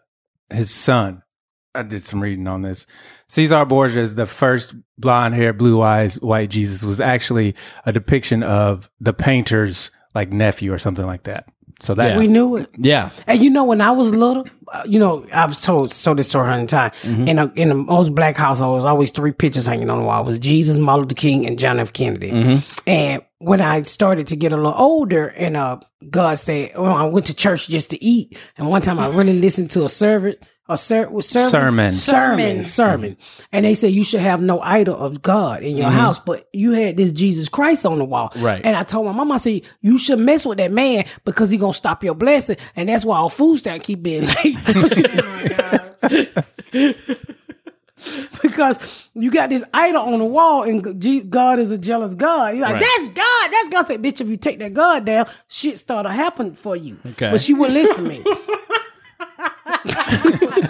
his son. I did some reading on this. Caesar Borgia is the first blonde hair, blue eyes, white Jesus was actually a depiction of the painter's like nephew or something like that. So that we knew it. yeah. And you know, when I was little, uh, you know, I've told told this story a hundred times. In a, in the most black households, always three pictures hanging on the wall: It was Jesus, Martin Luther King, and John F. Kennedy. And when I started to get a little older, and uh, God said, "Oh, I went to church just to eat." And one time, I really listened to a servant. A ser- was sermons? Sermon. sermon, Sermon. sermon, Mm-hmm. and they say you should have no idol of God in your house, but you had this Jesus Christ on the wall, Right. And I told my mom, I said, you should mess with that man because he gonna stop your blessing, and that's why our food stamp keep being [LAUGHS] late. [LAUGHS] Oh, [LAUGHS] because you got this idol on the wall, and G- God is a jealous God. He's like, Right. that's God, that's God. I said, bitch, if you take that God down, shit started happening for you. Okay. But she wouldn't listen to [LAUGHS] me. [LAUGHS]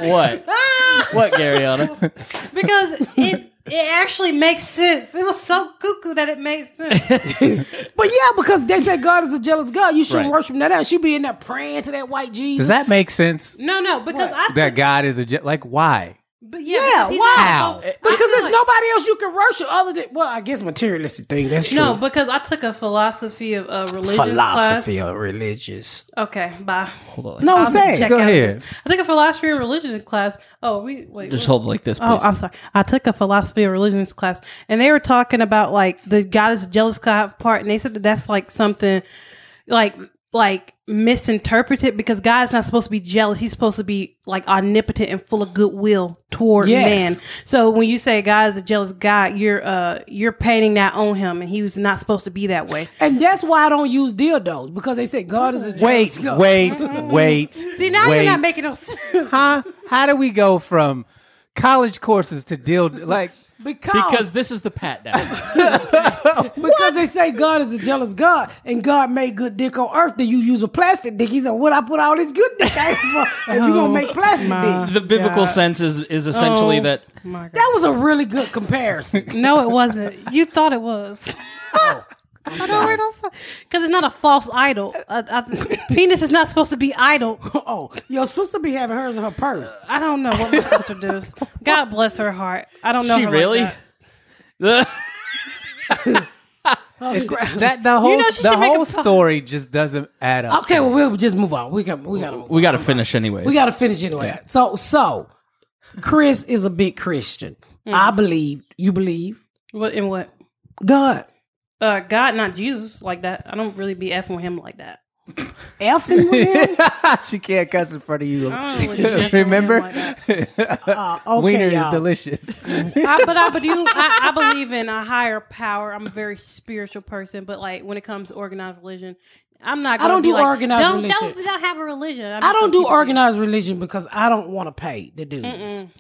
What? what, Garyana? [LAUGHS] because it it actually makes sense. It was so cuckoo that it made sense. [LAUGHS] but yeah, because they said God is a jealous God, you shouldn't Right. worship that. out. She be in there praying to that white Jesus. does that make sense? No, no, because I That God is a Je- like why? but yeah, Yeah, because he's wow. not- I Because feel there's like- nobody else you can worship other than well, I guess materialistic thing. That's true. No, because I took a philosophy of uh, religious philosophy of class. Oh, religious. Okay, bye. No, I'll say check it. Go out of ahead. this. I took a philosophy of religion class. Oh, we wait. Just what- hold it like this, please. Oh, I'm sorry. I took a philosophy of religions class, and they were talking about like the God is jealous God part, and they said that that's like something like like misinterpreted because God's not supposed to be jealous. He's supposed to be like omnipotent and full of goodwill toward Yes. man. So when you say God is a jealous God, you're uh you're painting that on him, and he was not supposed to be that way. And that's why I don't use dildos because they said God is a jealous Wait, God. [LAUGHS] wait, wait. See, now you're wait. not making no [LAUGHS] sense. Huh? How do we go from college courses to deal like because because because, this is the pat [LAUGHS] down. they say God is a jealous God and God made good dick on earth. Then you use a plastic dick. He said, "What I put all this good dick out for? If you gonna make plastic dick." the biblical sense is, is essentially Oh. that My God. That was a really good comparison. [LAUGHS] No, it wasn't. You thought [LAUGHS] it was. Oh, I don't read because it's not a false idol. A, a penis is not supposed to be idle. oh, your sister be having hers in her purse. I don't know what my sister does. God bless her heart. I don't know. she her like really. that. that the whole know she the should make a whole pro- story just doesn't add up. Okay, well we'll just move on. We got we got [LAUGHS] we got to finish anyways. We got to finish anyway. So, so Chris is a big Christian. I believe. You believe What in what? God. uh, God, not Jesus, like that. I don't really be effing with him like that. Effing with him? she can't cuss in front of you. I don't [LAUGHS] really mess with him Remember, like that. Uh, okay, wiener y'all. is delicious. [LAUGHS] I, but I but do. I, I believe in a higher power. I'm a very spiritual person, but like when it comes to organized religion, I'm not. I Gonna don't be do like, organized don't, religion. Don't, don't have a religion. I'm I just don't gonna do keep it to organized religion because I don't want to pay the dudes.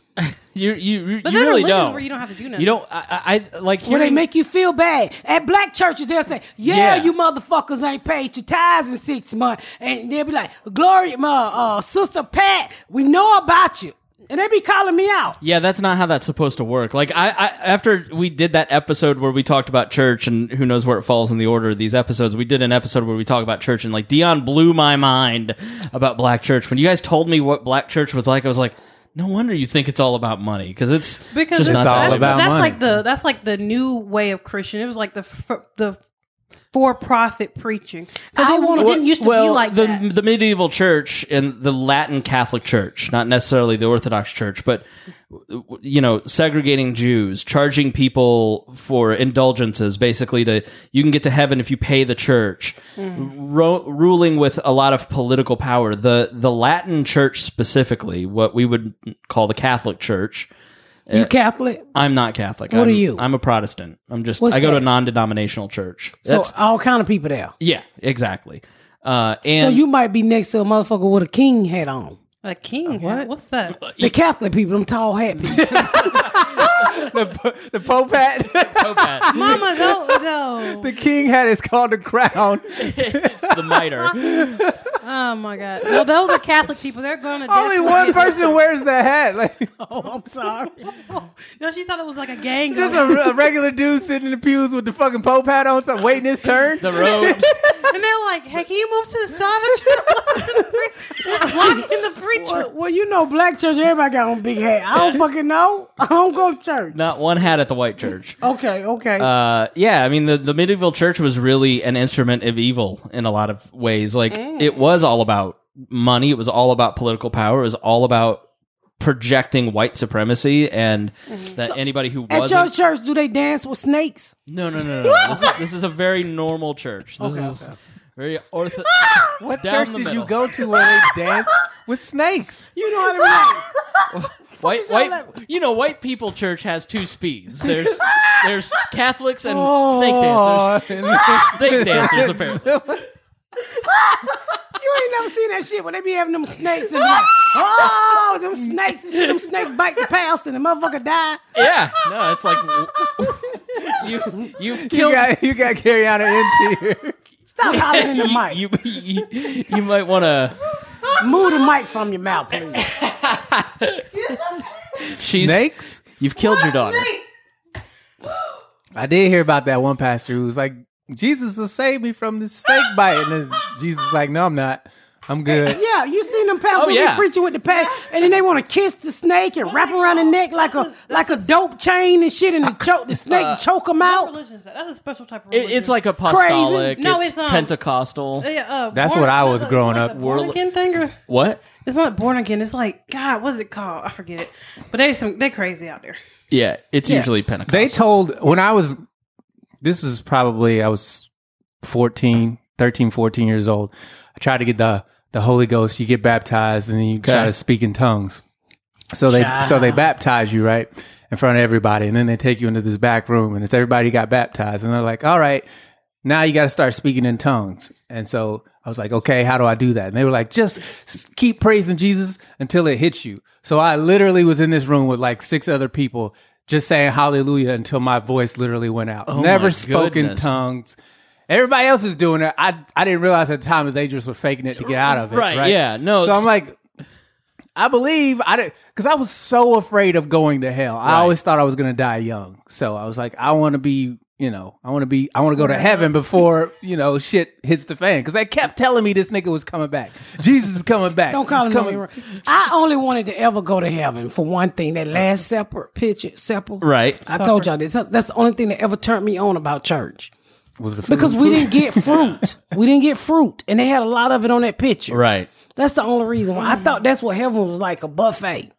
You you you, But you there are really religions don't. where you don't have to do nothing. You don't. I, I I- like Where they hearing- make you feel bad. At black churches, they'll say, yeah, Yeah. you motherfuckers ain't paid your tithes in six months. And they'll be like, Gloria, my uh, sister Pat, we know about you. And they be calling me out. Yeah, that's not how that's supposed to work. Like I, I after we did that episode where we talked about church and who knows where it falls in the order of these episodes, we did an episode where we talk about church and like Dion blew my mind about black church. When you guys told me what black church was like, I was like, no wonder you think it's all about money because it's because just it's not all that that's, way. about that's money. like the that's like the new way of Christian. It was like the f- the for profit preaching. I Because wanna- it didn't used to well, be like the that. the medieval church and the Latin Catholic Church, not necessarily the Orthodox Church, but you know, segregating Jews, charging people for indulgences, basically to you can get to heaven if you pay the church, Ro- ruling with a lot of political power. The the Latin Church specifically, what we would call the Catholic Church. You Catholic? I'm not Catholic. What I'm, are you? I'm a Protestant. I'm just. What's I go to that? a non-denominational church. So That's, all kind of people there. yeah, exactly. Uh, and So you might be next to a motherfucker with a king hat on. A king? What? What's that? [LAUGHS] Uh, The Catholic people, them tall hat people. the Pope hat, Popat, Mama, go go. [LAUGHS] the king hat is called the crown. the miter. Oh my God! No, those are Catholic people. They're going to Only one person wears the hat. Like [LAUGHS] oh, I'm sorry. No, she thought it was like a gang. just going- a, a regular dude sitting in the pews with the fucking Pope hat on, so waiting his turn. The robes. [LAUGHS] and they're like, "Hey, can you move to the side of the [LAUGHS] It's blocking the preacher." Well, [LAUGHS] well, you know, black church, everybody got on big hat. I don't fucking know. [LAUGHS] I don't go to church. Not one hat at the white church. Okay, okay. Uh, yeah, I mean, the, the medieval church was really an instrument of evil in a lot of ways. Like, it was all about money, it was all about political power, it was all about projecting white supremacy and that anybody who At your wasn't. church, do they dance with snakes? no, no, no, no. no. this, is, this is a very normal church. This is very ortho. What Down church the did middle. you go to where they dance with snakes? You know how to relate. [LAUGHS] white, white, you know, white people church has two speeds. There's there's Catholics and snake Oh. dancers. Snake dancers, apparently. You ain't never seen that shit when they be having them snakes [LAUGHS] and like, oh, them snakes and shit. Them snakes bite the pastor and the motherfucker die. Yeah, no, it's like [LAUGHS] you [LAUGHS] you've you killed. got you got Carriana into here. Stop hollering in the mic. You, you, you, you might want to. Move the mic from your mouth, please. She's Snakes? You've killed [LAUGHS] your daughter. I did hear about that one pastor who was like, Jesus will save me from this snake bite. And then Jesus was like, No, I'm not. I'm good. Yeah, you seen them pastors Oh, when yeah. they preaching with the past, and then they want to kiss the snake and wrap around the neck like a like a dope chain and shit, and to choke the snake, Uh, and choke them What out. religion is that? That's a special type of It, religion. it's like apostolic. No, it's, it's, um, Pentecostal. Uh, yeah, uh, That's born- what I no, was no, growing it's like up. the Born We're- again thing, or what? it's not born again. It's like God. What's it called? I forget it. But they some they crazy out there. Yeah, it's Yeah. usually Pentecostal. They told when I was this is probably I was 14, 13, 14 years old. I tried to get the the Holy Ghost. You get baptized and then you try Okay. to speak in tongues. So they so they baptize you, right? In front of everybody and then they take you into this back room and it's everybody got baptized and they're like, "All right, now you got to start speaking in tongues." And so I was like, "Okay, how do I do that?" And they were like, "Just s- keep praising Jesus until it hits you." So I literally was in this room with like six other people just saying hallelujah until my voice literally went out. Oh my Never spoken goodness. tongues. Everybody else is doing it. I I didn't realize at the time that they just were faking it to get out of it. Right, Right. yeah. No, So it's- I'm like, I believe I did because I was so afraid of going to hell. I always thought I was going to die young. So I was like, I want to be, you know, I want to be, I want to go to heaven before you know shit hits the fan. Because they kept telling me this nigga was coming back. Jesus is coming back. Don't call He's him coming. coming. I only wanted to ever go to heaven for one thing. That last separate picture, separate. Right. I told y'all this. That's the only thing that ever turned me on about church. Was the Because we didn't get [LAUGHS] fruit. we didn't get fruit. And they had a lot of it on that picture. Right. That's the only reason why. I thought that's what heaven was like a buffet.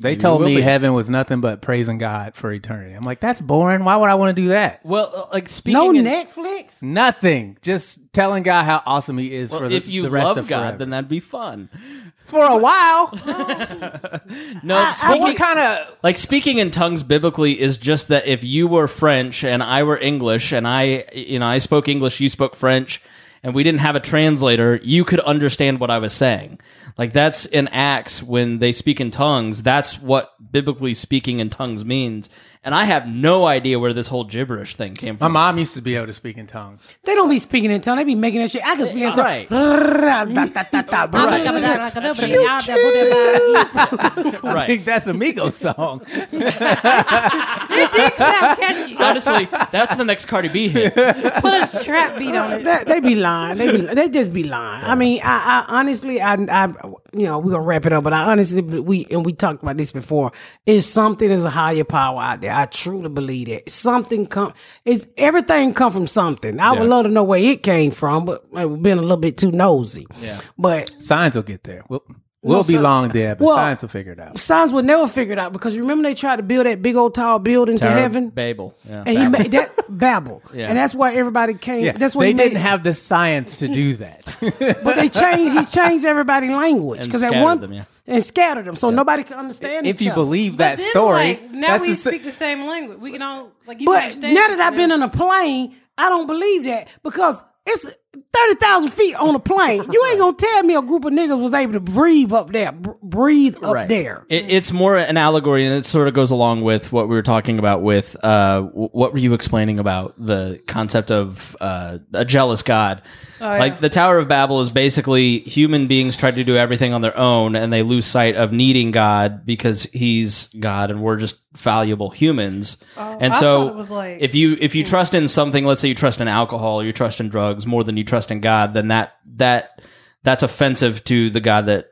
They told will me be. heaven was nothing but praising God for eternity. I'm like, that's boring. Why would I want to do that? Well, uh, like speaking No in- Netflix. Nothing. Just telling God how awesome He is for Well, the, if you the rest love of God, forever. then that'd be fun. for a [LAUGHS] while. No, but speaking, what kind of? like speaking in tongues biblically is just that if you were French and I were English and I, you know, I spoke English, you spoke French, and we didn't have a translator, you could understand what I was saying. Like that's in Acts when they speak in tongues. That's what biblically speaking in tongues means. And I have no idea where this whole gibberish thing came My from. mom used to be able to speak in tongues. They don't be speaking in tongue. They be making that shit. I can speak in tongue. Right. Oh, It I [LAUGHS] Right. think that's a Migos song. did sound catchy. Honestly, that's the next Cardi B hit. Put a trap beat on it. They, they be lying. They, be, they just be lying. I mean, I, I honestly, I, I, you know, we're gonna wrap it up. But I honestly, we and we talked about this before. Is something is a higher power out there. I truly believe that something come. It's everything come from something. I would Yeah. love to know where it came from, but I've been a little bit too nosy. Yeah. But Science will get there. We'll, we'll be so- long dead, but well- science will figure it out. signs would never figure it out because remember they tried to build that big old tall building to heaven. Babel. Yeah. And he made that Babel, Yeah. and that's why everybody came. Yeah, that's why they he made- didn't have the science to do that. [LAUGHS] But they changed. He changed everybody language And because at scattered one them, yeah. and scattered them, so nobody could understand. if each you other. believe But that then, story, like, now that's we the sa- speak the same language. We can all like. You But understand now that I've been on a plane, I don't believe that because it's thirty thousand feet on a plane. You ain't gonna tell me a group of niggas was able to breathe up there, br- breathe up there. It, it's more an allegory, and it sort of goes along with what we were talking about. With uh, w- what were you explaining about the concept of uh, a jealous God? Like the Tower of Babel is basically human beings tried to do everything on their own, and they lose sight of needing God because He's God, and we're just valuable humans. and I so, thought it was like- if you if you trust in something, let's say you trust in alcohol, or you trust in drugs more than you trust in God, then that that that's offensive to the God that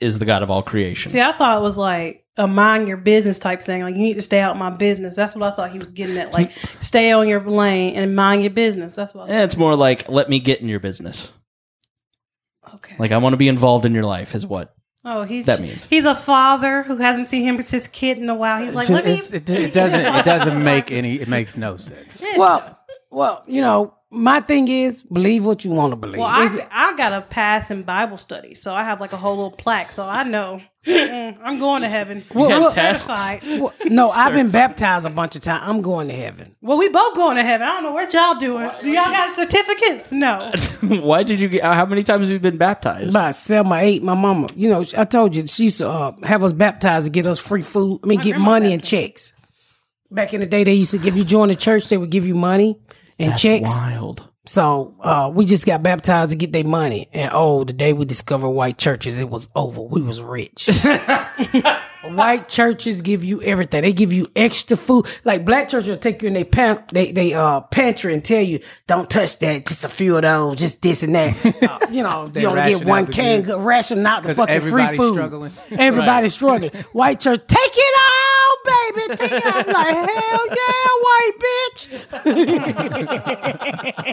is the God of all creation. See, I thought it was like a mind your business type thing. Like you need to stay out my business. That's what I thought he was getting at. Like stay on your lane and mind your business. That's what. I Eh, it's more like let me get in your business. Okay. Like I want to be involved in your life is what. oh, he's that means. he's a father who hasn't seen him since his kid in a while. He's It's- like, let [LAUGHS] me. it's- it, [LAUGHS] it doesn't. It doesn't make any. It makes no sense. Well, well, you know, my thing is believe what you want to believe. Well, I, It's- I got a pass in Bible study, so I have like a whole little plaque, so I know Mm, I'm going to heaven. Well, I'm well- certified. well, [LAUGHS] no, I've been baptized a bunch of times. I'm going to heaven. Well, we both going to heaven. I don't know what y'all doing. Do y'all got certificates? No. [LAUGHS] Why did you get how many times have you been baptized? By Selma eight, my mama. You know, I told you she used to uh, have us baptized to get us free food. I mean, get money and checks. Back in the day, they used to give you join the church. They would give you money and checks. Wild. So uh, we just got baptized to get their money. And oh, the day we discovered white churches, it was over. We was rich. white churches give you everything. They give you extra food. Like black churches will take you in their pan- they they uh pantry and tell you, don't touch that. Just a few of those. Just this and that. Uh, you know, you only ration get one out the can. good. Ration out the 'Cause fucking free everybody's food. struggling. [LAUGHS] Everybody's struggling. White church, take it all, baby. Take it all. I'm like hell yeah, white bitch. My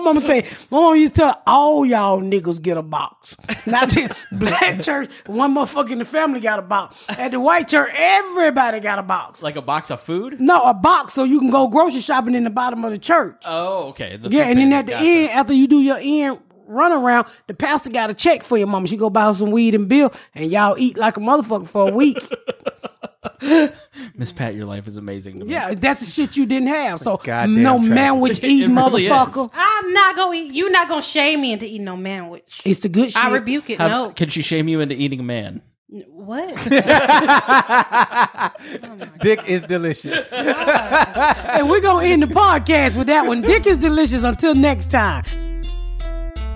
mama say, my mama used to tell her, all y'all niggas get a box. Not just black church, one motherfucker in the family got a box. At the white church, everybody got a box. Like a box of food? No, a box so you can go grocery shopping in the bottom of the church. Oh, okay. The yeah, food and then thing, at the gotcha. end, after you do your end run around, the pastor got a check for your mama. She go buy her some weed and bill, and y'all eat like a motherfucker for a week. Miss Pat, your life is amazing to me. yeah, that's the shit you didn't have. So Goddamn no tragedy. [LAUGHS] manwich eating really is. motherfucker. I'm not gonna eat. You're not gonna shame me into eating no manwich. It's the good shit. I rebuke it. How- no. Can she shame you into eating a man? What? Dick is delicious. And we're going to end the podcast with that one. Dick is delicious. Until next time.